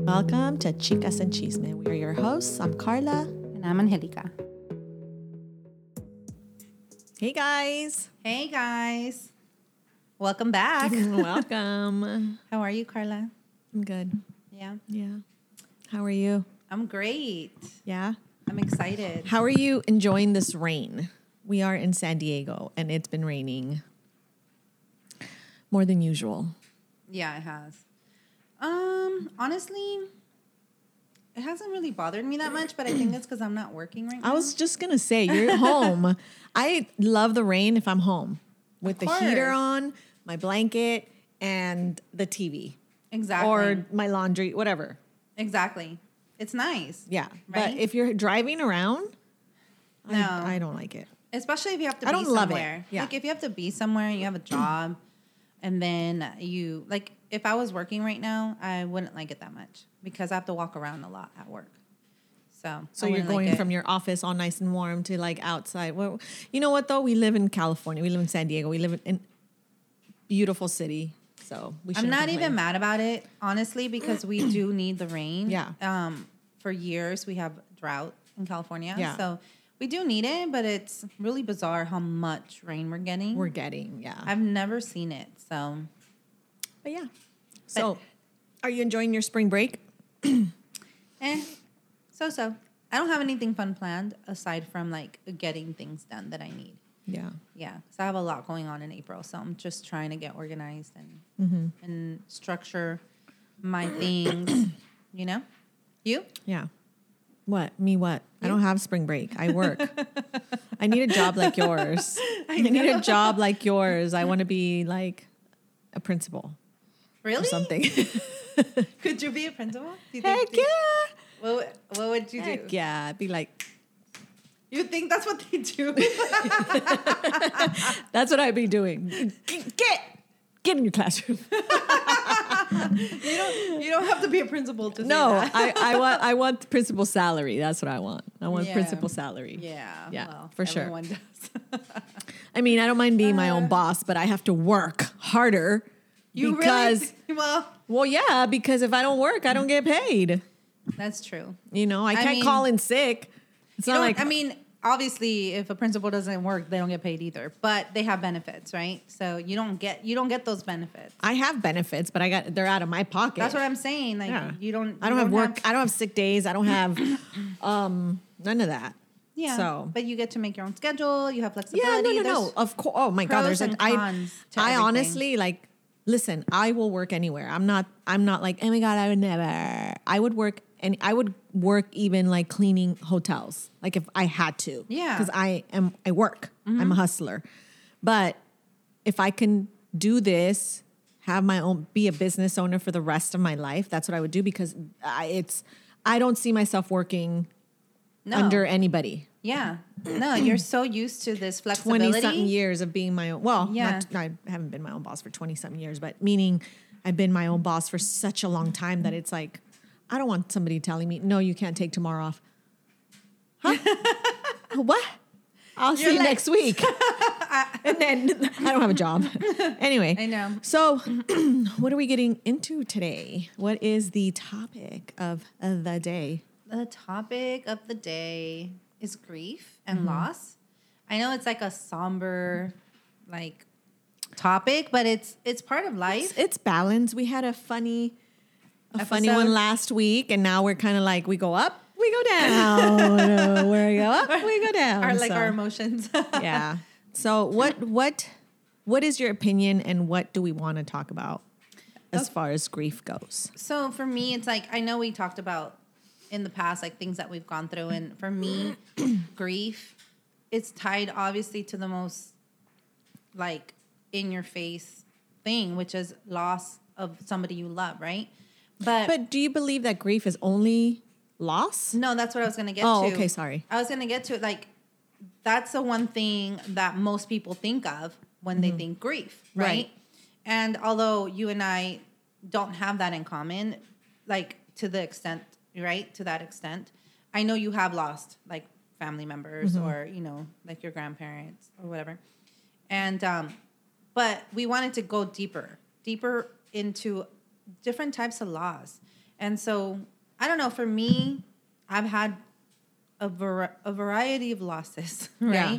to Chicas and Chisme. We are your hosts. I'm Carla. And I'm Angelica. Hey guys. Hey guys. Welcome back. Welcome. How are you, Carla? I'm good. Yeah. Yeah. How are you? I'm great. Yeah. I'm excited. How are you enjoying this rain? We are in San Diego and it's been raining more than usual. Yeah, it has. Um, honestly, it hasn't really bothered me that much, but I think it's because I'm not working right now. I was just gonna say, you're at home. I love the rain if I'm home with the heater course. on, my blanket, and the TV exactly. or my laundry, whatever. exactly. It's nice. Yeah, but Right? if you're driving around, No. I, I don't like it. Especially if you have to I be don't love it. somewhere. Yeah. Like if you have to be somewhere and you have a job and then you like if I was working right now, I wouldn't like it that much because I have to walk around a lot at work. So So you're going from your office all nice and warm to like outside. Well, you know what though? We live in California. We live in San Diego. We live in a beautiful city. So we. I'm shouldn't not even complain. mad about it, honestly, because we do need the rain. Yeah. Um, for years we have drought in California. Yeah. So we do need it, but it's really bizarre how much rain we're getting. We're getting yeah. I've never seen it. So but yeah. So, are you enjoying your spring break? eh, so so. I don't have anything fun planned aside from like getting things done that I need. Yeah. Yeah, so I have a lot going on in April, so I'm just trying to get organized and Mm-hmm. and structure my things. You know, you Yeah. What? Me what? I don't have spring break. I work. I need a job like yours. I, need a job like yours. I want to be like a principal really or something. Could you be a principal? Do you Heck yeah. What would- what would you do? Heck yeah. Be like, You think that's what they do? that's what I'd be doing. Get get, get in your classroom. you don't you don't have to be a principal to No, say that. I, I want I want principal salary. That's what I want. I want Yeah. principal salary. Yeah. Yeah, well, for sure. Everyone does. I mean, I don't mind being my own boss, but I have to work harder Uh, you because really well, well, yeah, because if I don't work, I don't get paid. that's true. You know, I I can't mean- call in sick. It's You not don't- like I mean, obviously if a principal doesn't work, they don't get paid either. But they have benefits, right? So you don't get you don't get those benefits. I have benefits, but I got they're out of my pocket. That's what I'm saying. Like Yeah. you don't I don't you have work. I don't have sick days. I don't have um none of that. yeah. So But you get to make your own schedule, you have yeah, flexibility. no, no, There's- no. Of course. Oh my god, pros there's like and I, cons to I everything. honestly like. Listen, I will work anywhere. I'm not. I'm not like. Oh my god, I would never. I would work and I would work even like cleaning hotels, like if I had to. Yeah. Mm-hmm. Because I am. I work. I'm a hustler, but if I can do this, have my own, be a business owner for the rest of my life, that's what I would do because I, it's. I don't see myself working No. under anybody. Yeah. No, you're so used to 20 this flexibility. something years of being my own well Yeah. not, i haven't been my own boss for 20 something years but meaning i've been my own boss for such a long time that it's like i don't want somebody telling me no you can't take tomorrow off huh what i'll see You're you like- next week and then i don't have a job anyway I know. so what are we getting into today what is the topic of the day The topic of the day is grief and Mm-hmm. loss. I know it's like a somber like topic, but it's it's part of life. it's, it's balanced. We had a funny, a funny one Episode. last week, and now we're kind of like we go up, we go down, we go up, we go down. Our like So, our emotions. yeah. So what what what is your opinion, and what do we want to talk about as far as grief goes? so for me it's like I know we talked about in the past like things that we've gone through and for me grief it's tied obviously to the most like in your face thing, which is loss of somebody you love, right? But But do you believe that grief is only loss? No, that's what I was gonna get Oh, to. okay, sorry. I was gonna get to it. Like, that's the one thing that most people think of when they think grief, right? Mm-hmm. Right. And although you and I don't have that in common, like to the extent, right? To that extent, I know you have lost like family members Mm-hmm. or you know like your grandparents or whatever, and um, but we wanted to go deeper, deeper into different types of loss, and so I don't know. For me, I've had a, var- a variety of losses, Yeah.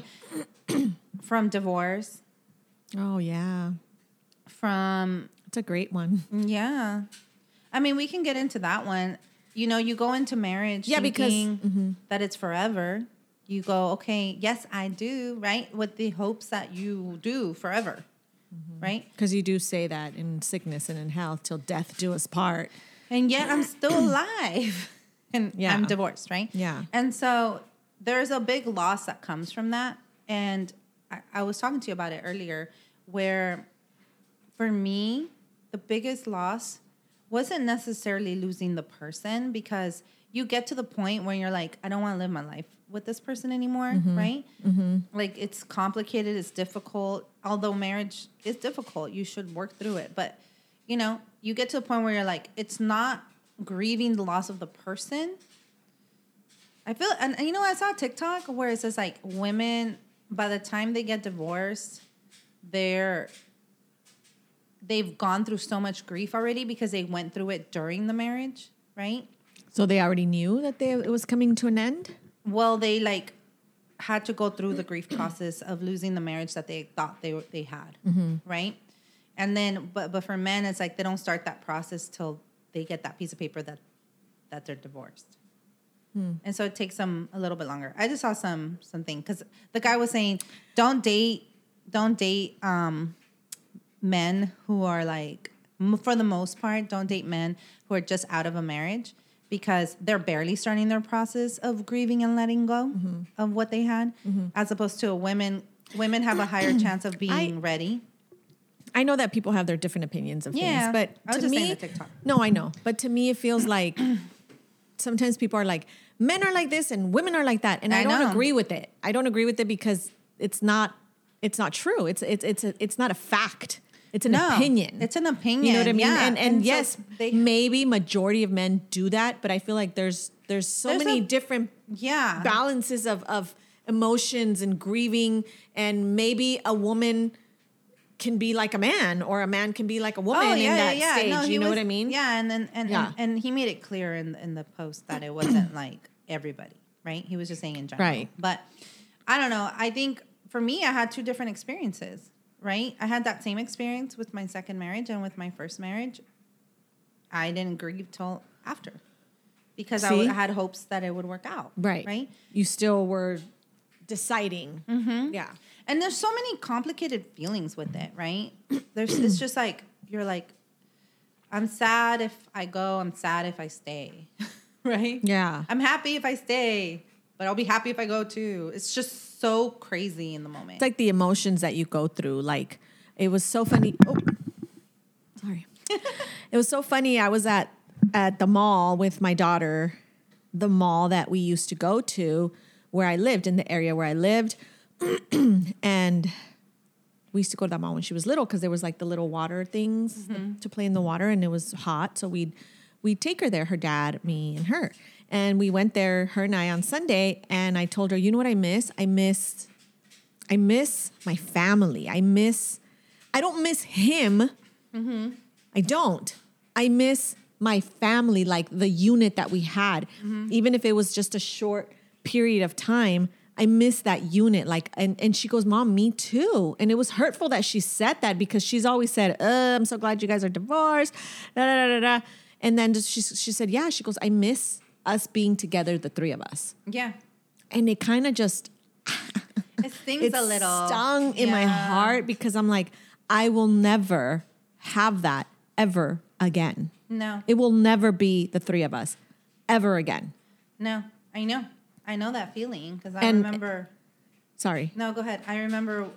right? from divorce, Oh yeah, from it's a great one. yeah. I mean, we can get into that one. You know, you go into marriage Yeah, because- Mm-hmm. thinking that it's forever. You go, okay, yes, I do, right? With the hopes that you do forever, Mm-hmm. right? Because you do say that in sickness and in health, till death do us part. and yet I'm still alive. And Yeah. I'm divorced, right? Yeah. And so there's a big loss that comes from that. And I, I was talking to you about it earlier, where for me, the biggest loss wasn't necessarily losing the person because you get to the point where you're like, I don't want to live my life with this person anymore, right? Like it's complicated, it's difficult. Although marriage is difficult, you should work through it. But you know, you get to the point where you're like, it's not grieving the loss of the person. I feel, and, and you know, I saw a TikTok where it says like women, by the time they get divorced, they're they've gone through so much grief already because they went through it during the marriage, right? So they already knew that they it was coming to an end. Well, they like had to go through the grief process of losing the marriage that they thought they were- they had, right? And then, but but for men, it's like they don't start that process till they get that piece of paper that that they're divorced, and so it takes them a little bit longer. I just saw some something because the guy was saying, don't date, don't date um, men who are like, m- for the most part, don't date men who are just out of a marriage because they're barely starting their process of grieving and letting go Mm-hmm. of what they had, as opposed to women. Women have a higher chance of being I- ready. I know that people have their different opinions of things, Yeah. but I was to just me, saying the TikTok. no, I know, but to me, it feels like sometimes people are like, men are like this and women are like that, and I, I don't know. agree with it. I don't agree with it because it's not, it's not true. It's it's it's a, it's not a fact. It's an No, opinion. it's an opinion. You know what I mean? yeah. And, and so yes, maybe majority of men do that, but I feel like there's there's so There's many a- different yeah, balances of of emotions and grieving and maybe a woman can be like a man or a man can be like a Oh, woman in that stage No, he you know was- what i mean Yeah, and then and, Yeah. and and he made it clear in in the post that it wasn't like everybody, right? He was just saying in general. Right. But I don't know. I think for me, I had two different experiences. Right. I had that same experience with my second marriage and with my first marriage. I didn't grieve till after, because I w- See? I had hopes that it would work out. right Right. you still were deciding Mm-hmm. yeah And there's so many complicated feelings with it, right? There's it's just like you're like I'm sad if I go, I'm sad if I stay. right? yeah I'm happy if I stay, but I'll be happy if I go too. It's just so crazy in the moment. it's like the emotions that you go through like it was so funny oh sorry it was so funny i was at at the mall with my daughter the mall that we used to go to where i lived in the area where i lived and we used to go to that mall when she was little because there was like the little water things to play in the water and it was hot so we'd we'd take her there her dad me and her and we went there her and i on sunday and i told her you know what i miss i miss i miss my family i miss i don't miss him I don't. I miss my family, like the unit that we had, even if it was just a short period of time. I miss that unit. Like, and, and she goes, Mom, me too. And it was hurtful that she said that because she's always said, uh, I'm so glad you guys are divorced. Da, da, da, da, da. And then just, she, she said, Yeah, she goes, I miss us being together, the three of us. yeah. And it kind of just It stings it's a little. stung in my Yeah. heart because I'm like, I will never have that ever again. No. It will never be the three of us ever again. No. I know. I know that feeling because I And- remember Sorry. No, go ahead. I remember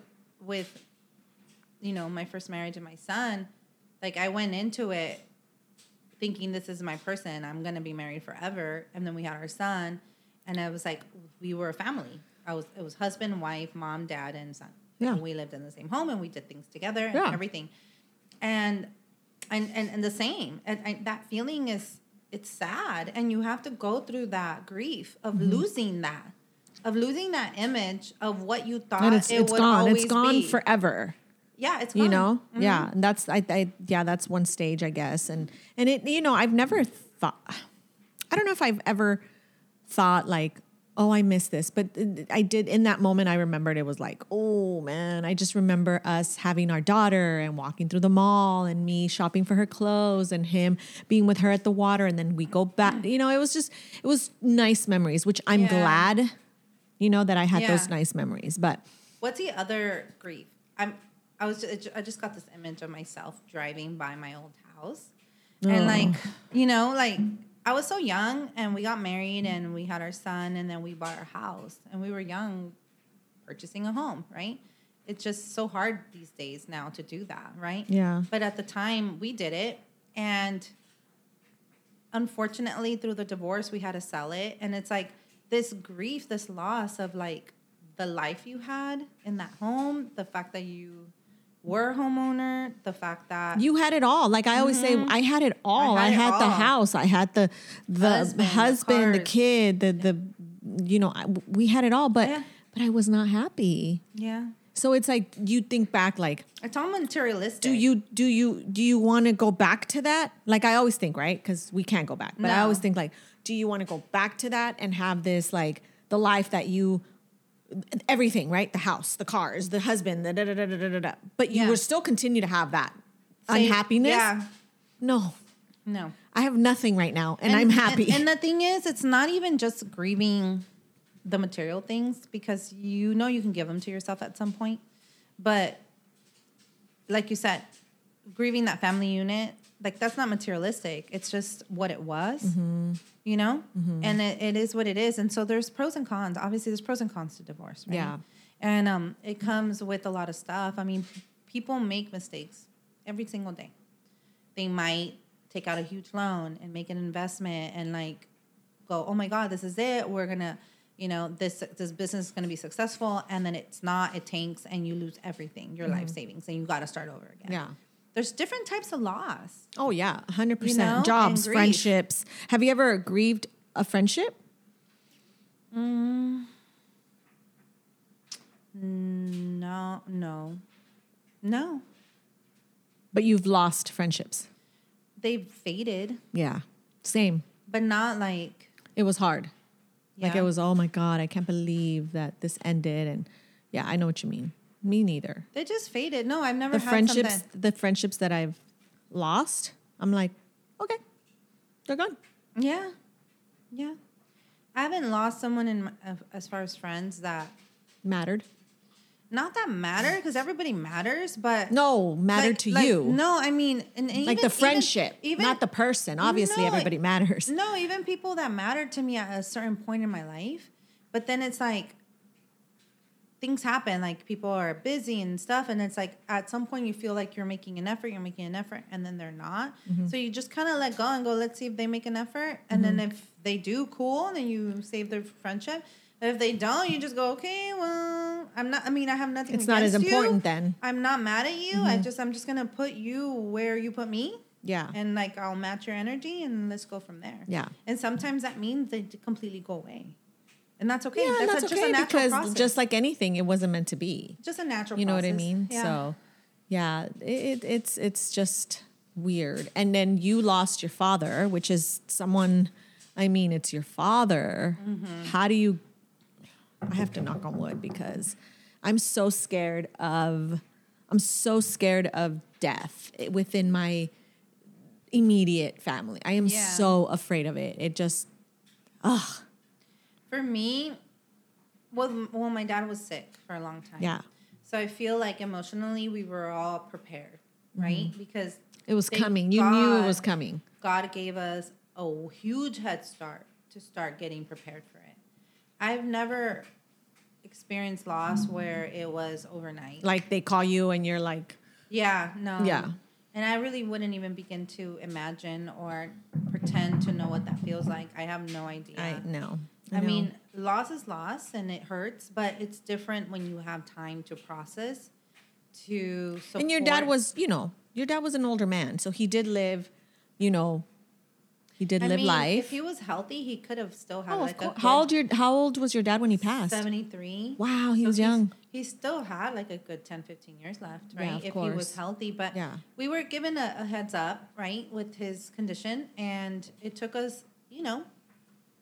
with, you know, my first marriage and my son, like I went into it thinking this is my person. I'm going to be married forever. And then we had our son. And I was like, we were a family. I was, it was husband, wife, mom, dad, and son. Yeah. And we lived in the same home and we did things together and Yeah. everything. And, and, and, and the same, and, and that feeling is, it's sad. And you have to go through that grief of Mm-hmm. losing that of losing that image of what you thought And it's, it it's would gone. always It's gone be. forever. yeah, it's Mm-hmm. gone. You know? Yeah. And that's I, I yeah, that's one stage, I guess. And and it you know, I've never thought I I don't know if I've ever thought like, oh, I missed this, but it- I did in that moment. I remembered it was like, oh man, I just remember us having our daughter and walking through the mall and me shopping for her clothes and him being with her at the water and then we go back. You know, it was just it was nice memories, which I'm Mm. Yeah. glad, you know, that I had those Yeah. nice memories. But What's the other grief? I'm. I was. Just, I just got this image of myself driving by my old house, and like, you know, like I was so young, and we got married, and we had our son, and then we bought our house, and we were young, purchasing a home, right? It's just so hard these days now to do that, right? Yeah. But at the time, we did it, and unfortunately through the divorce we had to sell it and it's like this grief this loss of like the life you had in that home the fact that you were a homeowner the fact that You had it all. Like I always say, I had it all. I Mm-hmm. had had, it the all. house. I had the the Husband, husband, the the, cars. kid, the the you know, I, we had it all. But Yeah. but I was not happy. yeah So it's like you think back, like it's all materialistic do you do you do you want to go back to that? Like I always think, right? Because we can't go back. But I No. always think, like, do you want to go back to that and have this like the life that you everything, right? The house, the cars, the husband, the da da da da da da. da. But you Yeah. will still continue to have that Say- unhappiness. yeah No, no I have nothing right now, and, I'm happy. And, the thing is, it's not even just grieving the material things because you know you can give them to yourself at some point. But like you said, grieving that family unit, like that's not materialistic. It's just what it was, Mm-hmm. you know? And it, it is what it is. And so there's pros and cons. Obviously, there's pros and cons to divorce, right? Yeah. And um, it comes with a lot of stuff. I mean, people make mistakes every single day they might take out a huge loan and make an investment and like go oh my god this is it we're gonna you know this this business is gonna be successful and then it's not it tanks and you lose everything your life savings and you gotta start over again Mm-hmm. Yeah. there's different types of loss oh yeah, hundred You know, percent. Jobs, and grief. friendships. Have you ever grieved a friendship? no no no But you've lost friendships. they've faded Yeah, same. but not like It was hard. Like Yeah. it was. Oh my god, I can't believe that this ended. And yeah, I know what you mean. Me neither. they just faded no i've never The had friendships, something the friendships that I've lost, I'm like, okay, they're gone. Yeah, yeah. I haven't lost someone in my, of- as far as friends that Mattered. not that matter because everybody matters, but No, mattered like- to like, you. No, I mean, and, and like even- the friendship, even, even not the person. Obviously, No, everybody matters. no, even people that mattered to me at a certain point in my life, but then it's like things happen, like people are busy and stuff, and it's like at some point you feel like you're making an effort, you're making an effort, and then they're not. Mm-hmm. So you just kind of let go and go, let's see if they make an effort, and Mm-hmm. then if they do, cool, and then you save their friendship. But if they don't, you just go, okay, well, I'm not. I mean, I have nothing. It's not as against you. important then. I'm not mad at you. Mm-hmm. I just, I'm just gonna put you where you put me Yeah. and like I'll match your energy and let's go from there. Yeah. And sometimes that means they d- completely go away, and that's okay. Yeah, that's that's, a, okay just a natural because process. just like anything, it wasn't meant to be. just a natural. You know what I process. mean? Yeah. So, yeah, it, it, it's it's just weird. And then you lost your father, which is someone. I mean, it's your father. Mm-hmm. How do you? I have to knock on wood because I'm so scared of. I'm so scared of death within my immediate family. I am Yeah. so afraid of it. It just for me, well, m- well, my dad was sick for a long time. Yeah. So I feel like emotionally we were all prepared, Mm-hmm. right? Because it was Thank coming. You knew it was God. coming. God gave us a huge head start to start getting prepared for it. I've never experienced loss where it was overnight. Like they call you and you're like, Yeah, no. Yeah. And I really wouldn't even begin to imagine or pretend to know what that feels like. I have no idea. I know. I know. mean, loss is loss and it hurts, but it's different when you have time to process, to support. and your dad was, you know, your dad was an older man, so he did live, you know, he did I live mean, If life. he was healthy, he could have still had oh, like of course. a How old your How old was your dad when he passed? 73. Wow, he So was he's- young. He still had like a good 10, 15 years left, Yeah, right? of if he course. was healthy. But Yeah. we were given a, a heads up, right, with his condition. And it took us, you know,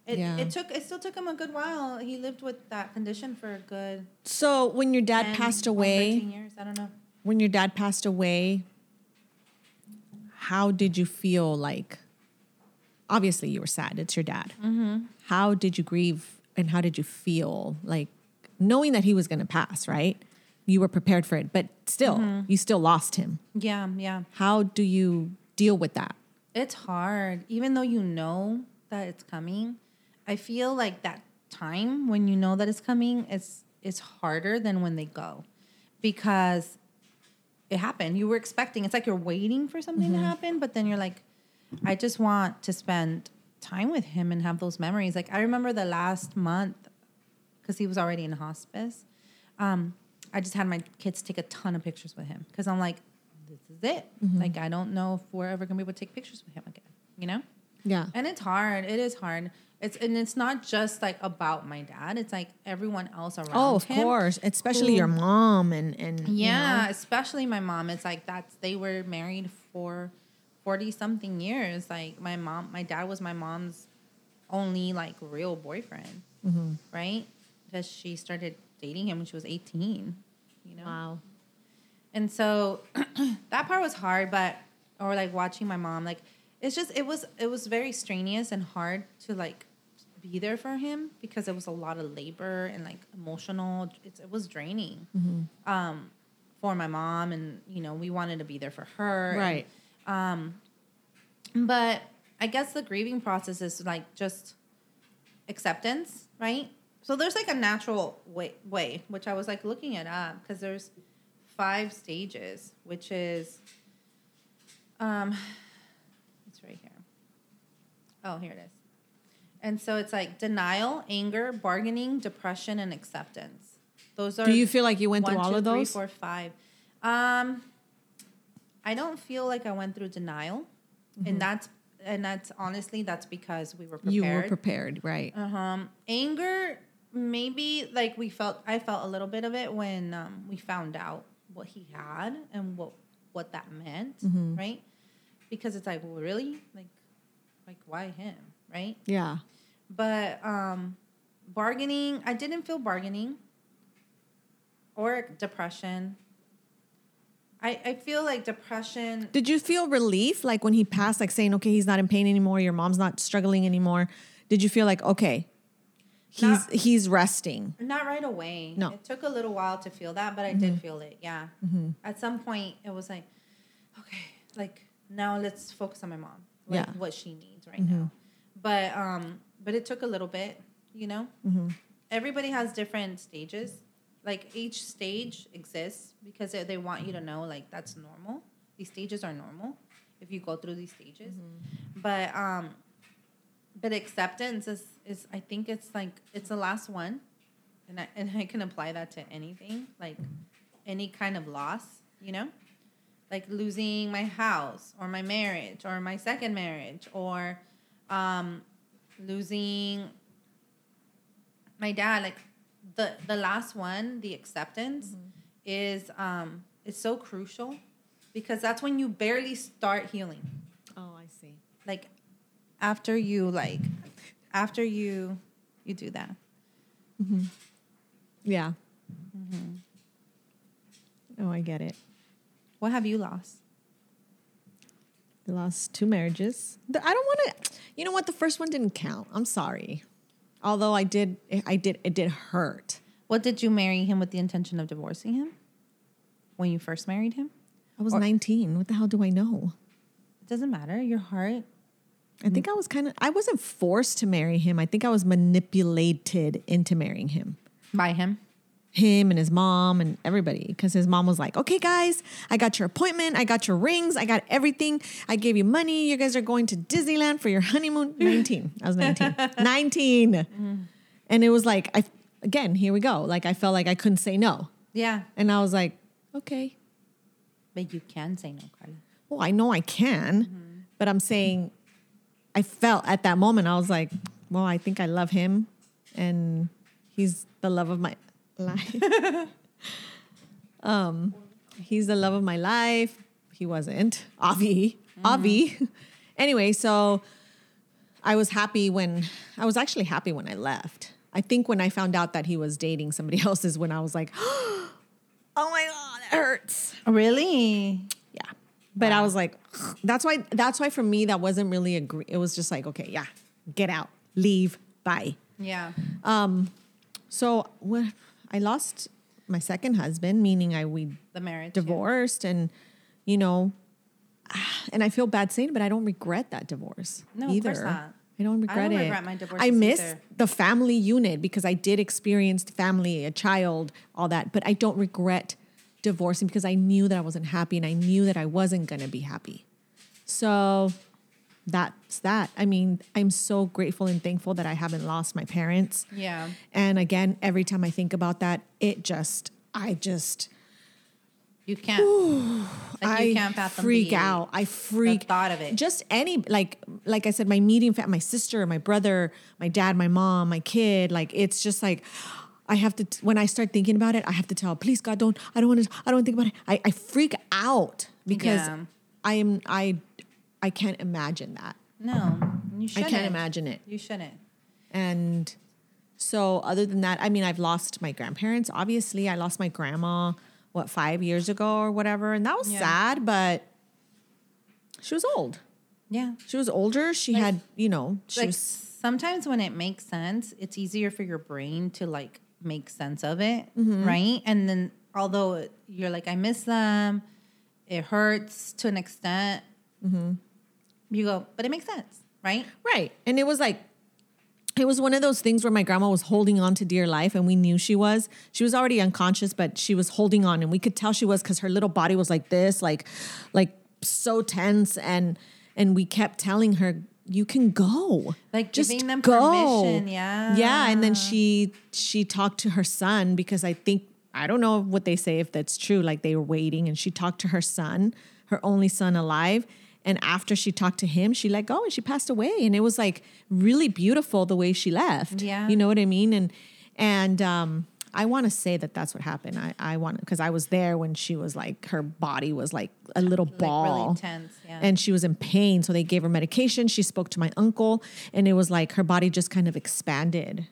It, Yeah. it took it still took him a good while. He lived with that condition for a good So when your dad 10, passed 12, away, 13 years. I don't know. when your dad passed away, how did you feel like? Obviously, you were sad. It's your dad. How did you grieve and how did you feel like knowing that he was going to pass, right? You were prepared for it, but still, you still lost him. Yeah, yeah. How do you deal with that? It's hard, even though you know that it's coming. I feel like that time when you know that it's coming is it's harder than when they go, because it happened. You were expecting. It's like you're waiting for something to happen, but then you're like, I just want to spend time with him and have those memories. Like I remember the last month, because he was already in hospice. Um, I just had my kids take a ton of pictures with him because I'm like, this is it. Mm-hmm. Like I don't know if we're ever gonna be able to take pictures with him again. You know. Yeah. And it's hard. It is hard. It's and it's not just like about my dad. It's like everyone else around. Oh, of him course, especially who- your mom and and you yeah, know. especially my mom. It's like that's they were married for forty something years. Like my mom, my dad was my mom's only like real boyfriend, Mm-hmm. right? Because she started dating him when she was eighteen. You know, Wow. and so that part was hard, but or like watching my mom, like it's just it was it was very strenuous and hard to like be there for him because it was a lot of labor and like emotional. It's, it was draining um, for my mom, and you know we wanted to be there for her, and- Right. but I guess the grieving process is like just acceptance, right? So there's like a natural way, way which I was like looking it up because there's five stages, which is, um, it's right here. Oh, here it is. And so it's like denial, anger, bargaining, depression, and acceptance. Those are. Do you feel like you went through One, all two, of three, those? four, five. Um, I don't feel like I went through denial, and that's and that's honestly that's because we were prepared. Mm-hmm. you were prepared, right? Uh-huh. Anger, maybe like we felt I felt a little bit of it when um, we found out what he had and what what that meant, Mm-hmm. right? Because it's like, well, really, like, like why him, right? yeah. But um, bargaining, I didn't feel bargaining or depression. I, I feel like depression. Did you feel relief like when he passed, like saying, okay, he's not in pain anymore, your mom's not struggling anymore? Did you feel like, okay, he's Not- he's resting? Not right away. No. Mm-hmm. It took a little while to feel that, but I did feel it. Yeah. At some point, it was like, okay, like now let's focus on my mom. Like Yeah. Mm-hmm. what she needs right now. But um, but it took a little bit, you know. Mm-hmm. Everybody has different stages. Like each stage exists because they, they want you to know like that's normal. These stages are normal if you go through these stages. Mm-hmm. But um, but acceptance is is I think it's like it's the last one, and I and I can apply that to anything like any kind of loss, you know, like losing my house or my marriage or my second marriage or um, losing my dad. Like the the last one, the acceptance is um is so crucial because that's when you barely start healing Oh, I see. like after you like after you you do that Yeah. Mm-hmm. Oh, I get it. what have you lost I lost two marriages. The- I don't want to. You know what? The first one didn't count. I'm sorry. Although I did, I did, it did hurt. what did you marry him with the intention of divorcing him when you first married him I was Or- 19. What the hell do I know? it doesn't matter your heart I think I was kind of, I wasn't forced to marry him. I think I was manipulated into marrying him. by him him and his mom and everybody because his mom was like, okay, guys, I got your appointment. I got your rings. I got everything. I gave you money. You guys are going to Disneyland for your honeymoon. 19. I was 19. 19. And it was like, I, again, here we go. Like, I felt like I couldn't say no. yeah And I was like, okay, but you can say no carla well, I know I can, but I'm saying I felt at that moment, I was like, well, I think I love him and he's the love of my life. um, he's the love of my life. He wasn't. Avi. Avi. anyway, so I was happy when I was actually happy when I left. I think when I found out that he was dating somebody else is when I was like, oh my god, that hurts. Really? Yeah, but I was like, that's why. That's why for me that wasn't really a. gr- It was just like, okay, yeah, get out, leave, bye. Yeah. So wh- I lost my second husband, meaning I we The marriage. yeah. divorced, and you know, ah, and I feel bad saying, it, but I don't regret that divorce. No, of either. course not. I don't regret don't it. regret my divorces I miss either. the family unit because I did experience family, a child, all that, but I don't regret divorcing because I knew that I wasn't happy and I knew that I wasn't going to be happy. So that's that. I mean, I'm so grateful and thankful that I haven't lost my parents. Yeah. And again, every time I think about that, it just, I just, You can't. like I you can't fathom freak the- out. I freak thought of it. Just any like, like I said, my medium fat, my sister, my brother, my dad, my mom, my kid. Like it's just like I have to. When I start thinking about it, I have to tell, please God, don't. I don't want to. I don't think about it. I, I freak out because Yeah. I am. I I can't imagine that. No, you shouldn't. I can't imagine it. You shouldn't. And so, other than that, I mean, I've lost my grandparents. Obviously, I lost my grandma, what, five years ago or whatever. And that was Yeah. sad, but she was old. Yeah. She was older. She had, you know, she like was. sometimes when it makes sense, it's easier for your brain to like make sense of it, Mm-hmm. right? And then although it- you're like, I miss them, it hurts to an extent. Mm-hmm. You go, but it makes sense, right? Right. And it was like, it was one of those things where my grandma was holding on to dear life and we knew she was. She was already unconscious, but she was holding on and we could tell she was because her little body was like this, like, like so tense. And, and we kept telling her, you can go. Like just giving them go. permission, yeah. Yeah. And then she, she talked to her son because I think, I don't know what they say if that's true. Like they were waiting and she talked to her son, her only son alive. And after she talked to him, she let go and she passed away. And it was like really beautiful the way she left. Yeah. You know what I mean? And, and, um, I want to say that that's what happened. I, I want because I was there when she was like her body was like a little ball, tense, yeah. and she was in pain. So they gave her medication. She spoke to my uncle, and it was like her body just kind of expanded,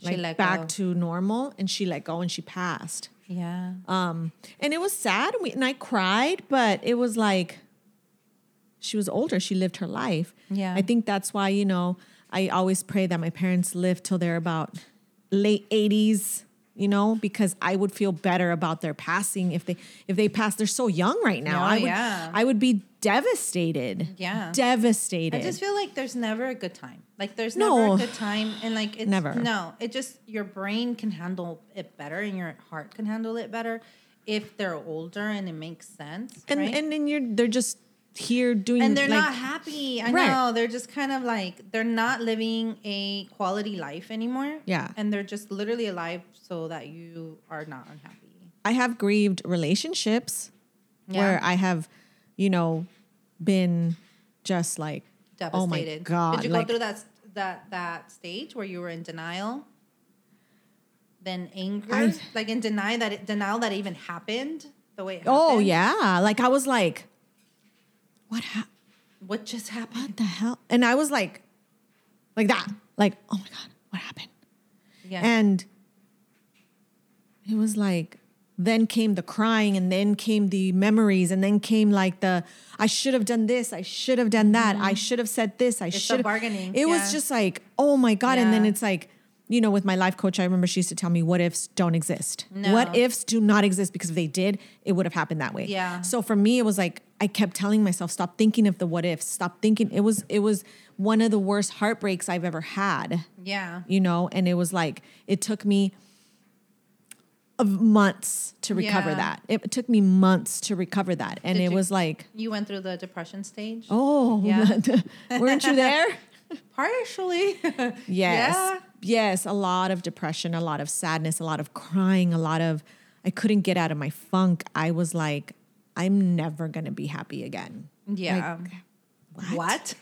She like let back go. to normal, and she let go and she passed. Yeah. Um, and it was sad, we, and I cried, but it was like she was older. She lived her life. Yeah. I think that's why you know I always pray that my parents live till they're about late eighties. You know, because I would feel better about their passing if they if they pass. They're so young right now. No, I would yeah. I would be devastated. Yeah. devastated. I just feel like there's never a good time. Like there's No. never a good time, and like it's, Never. No, it just your brain can handle it better, and your heart can handle it better if they're older and it makes sense. and right? and then you're they're just here doing and they're like, not happy. I Right. know they're just kind of like they're not living a quality life anymore. Yeah. and they're just literally alive so that you are not unhappy. I have grieved relationships Yeah. where I have, you know, been just like Devastated. Oh my god! Did you like, go through that s- that that stage where you were in denial? Then anger, I- like in deny that it, denial that it even happened the way. It oh happened? yeah! Like I was like, what? Ha- What just happened? what the hell? And I was like, like that. Like oh my god, what happened? Yeah. And it was like, then came the crying, and then came the memories, and then came like the I should have done this, I should have done that, I should have said this, I the should have Mm-hmm. bargaining, It was yeah. just like, oh my God. And then Yeah. it's like, you know, with my life coach, I remember she used to tell me, what ifs don't exist. What No. ifs do not exist because if they did, it would have happened that way. Yeah. So for me, it was like I kept telling myself, stop thinking of the what ifs, stop thinking. It was it was one of the worst heartbreaks I've ever had yeah. you know and it was like it took me of months to recover Yeah. that it took me months to recover that and Did it you- was like You went through the depression stage. oh Yeah. weren't you there partially. yes. yes Yeah. yes a lot of depression a lot of sadness a lot of crying a lot of i couldn't get out of my funk i was like i'm never gonna be happy again Yeah. what?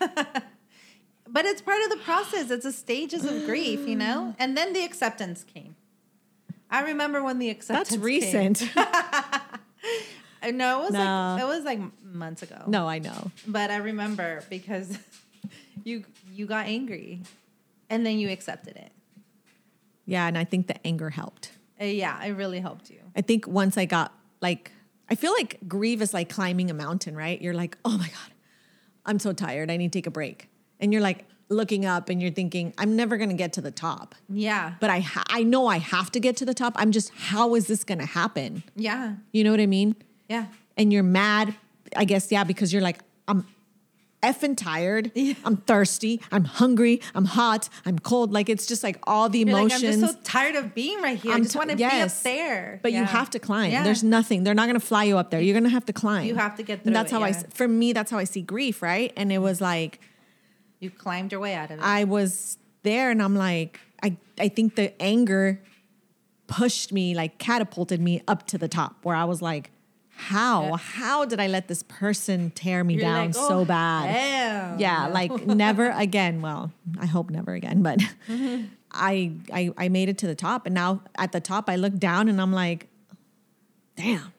but it's part of the process. It's the stages of grief, you know? And then the acceptance came. I remember when the acceptance that's came. recent I know it was No. like it was like months ago. no i know But I remember because you you got angry, and then you accepted it. Yeah, and I think the anger helped. Uh, yeah, it really helped you. I think once I got like, I feel like grieve is like climbing a mountain, right? You're like, oh my God, I'm so tired. I need to take a break. And you're like looking up and you're thinking, I'm never going to get to the top. Yeah, But I, ha- I know I have to get to the top. I'm just, how is this going to happen? yeah, You know what I mean? yeah, And you're mad, I guess, yeah, because you're like, I'm effing tired. Yeah. I'm thirsty. I'm hungry. I'm hot. I'm cold. Like, it's just like all the You're like, emotions. I'm just so tired of being right here. i I'm just t- want to yes. be up there. But you Yeah. have to climb. Yeah. There's nothing. They're not going to fly you up there. You're going to have to climb. You have to get And through that's it, how I yeah. s I. For me, that's how I see grief, right? And it was like you climbed your way out of it. I was there, and I'm like, I I think the anger pushed me, like catapulted me up to the top, where I was like, how Yeah. how did I let this person tear me You're down like, so "Oh, bad? damn." yeah like never again well i hope never again but I, I i made it to the top and now at the top i look down and i'm like damn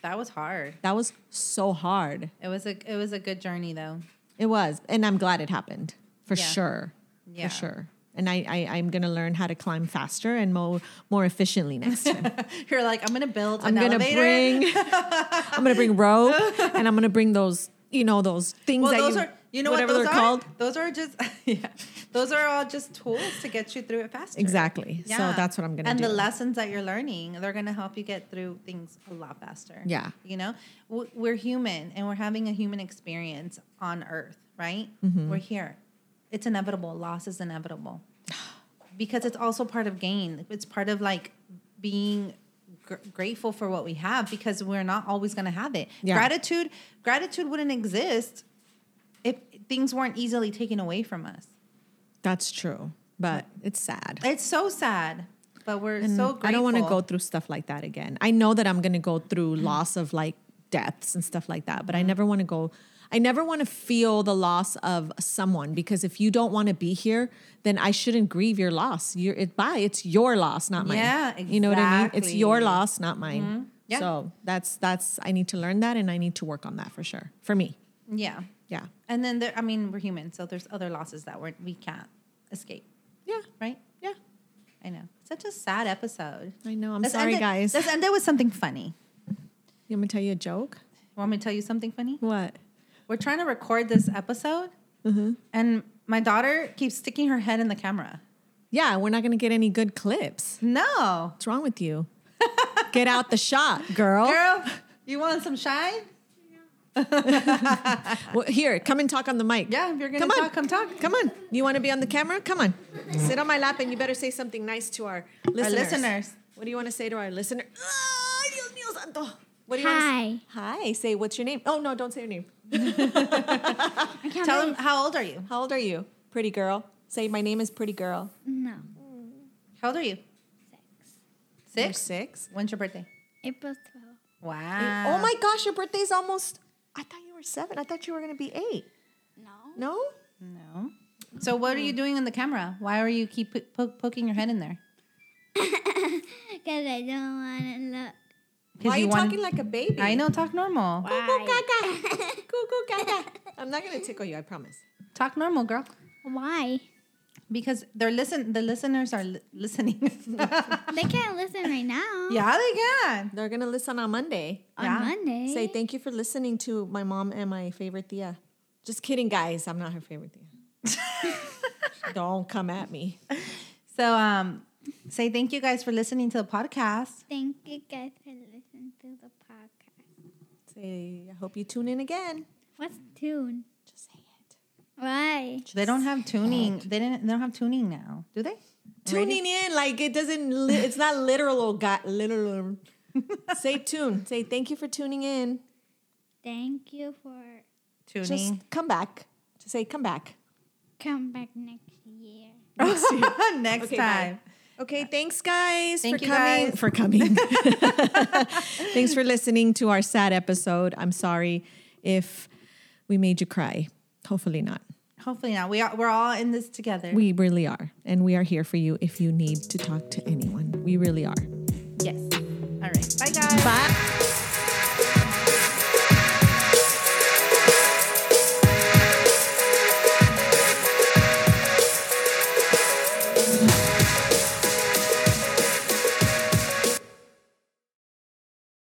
that was hard. that was so hard It was a it was a good journey though. it was and i'm glad it happened for Yeah. sure Yeah. for sure and I, I i'm gonna learn how to climb faster and more more efficiently next time You're like, I'm gonna build i'm an gonna elevator. bring i'm gonna bring rope and i'm gonna bring those you know those things well, that those you, are you know whatever what those they're are? called Those are just yeah. Those are all just tools to get you through it faster. exactly so that's what i'm gonna and do the lessons that you're learning, they're gonna help you get through things a lot faster. Yeah. You know, W- we're human and we're having a human experience on Earth, right? Mm-hmm. We're here. It's inevitable. Loss is inevitable because it's also part of gain. It's part of like being gr- grateful for what we have because we're not always going to have it. Yeah. Gratitude, gratitude wouldn't exist if things weren't easily taken away from us. That's true, but it's sad. It's so sad, but we're so grateful. Mm, Mm. I don't want to go through stuff like that again. I know that I'm going to go through loss of like deaths and stuff like that, but Mm-hmm. I never want to go. I never want to feel the loss of someone because if you don't want to be here, then I shouldn't grieve your loss. You're it bye. It's your loss, not mine. Yeah, You know what I mean? It's your exactly. Mm-hmm. loss, not mine. Yeah. So that's that's I need to learn that and I need to work on that for sure. For me. Yeah. Yeah. And then there, I mean, we're human, so there's other losses that we're, we can't escape, Yeah. right? Yeah. I know. Such a sad episode. I know. I'm Let's end sorry it- guys. Let's end it with something funny. You want me to tell you a joke? Want me to tell you something funny? What? We're trying to record this episode, Mm-hmm. and my daughter keeps sticking her head in the camera. Yeah, we're not going to get any good clips. No, What's wrong with you? Get out the shot, girl. girl, you want some shine? Well, here, come and talk on the mic. Yeah, if you're gonna Come on. talk, come talk. Come on. You want to be on the camera? Come on. Sit on my lap and you better say something nice to our listeners. listeners. What do you want to say to our listener? Ay, Dios mío santo. What do you Hi. Want to say? Hi. Say, what's your name? Oh, no, don't say your name. I can't Tell really- them how old are you? How old are you? Pretty girl. Say, my name is Pretty Girl. No. How old are you? You're Six. six. When's your birthday? April 12th. Wow. oh my gosh, your birthday's almost. I thought you were seven. I thought you were going to be eight. No. No? No. So what are you doing in the camera? Why are you keep po- po- poking your head in there? Because I don't want to look. Why are you, want- talking like a baby? I know. Talk normal. Why? Cuckoo, caca. I'm not gonna tickle you. I promise. Talk normal, girl. Why? Because they're listen. The listeners are li- listening. They can't listen right now. yeah, they can. They're gonna listen on Monday. On Yeah. Monday. Say thank you for listening to my mom and my favorite Thea. Just kidding, guys. I'm not her favorite Thea. Don't come at me. So um, say thank you guys for listening to the podcast. Thank you guys for listening to the podcast. Say I hope you tune in again. What's tune? Just say it. Why? They don't have tuning. They didn't. They don't have tuning now, do they? Tuning in like it doesn't. Li- it's not literal. Got literal. say tune. Say thank you for tuning in. Thank you for Tuning. Just come back. To say come back. come back next year. Next Okay, bye. time. Okay, thanks guys Thank for you, coming. guys. For coming. thanks for listening to our sad episode. I'm sorry if we made you cry. Hopefully not. Hopefully not. We are. We're all in this together. We really are. And we are here for you if you need to talk to anyone. We really are. yes. All right. Bye, guys. Bye.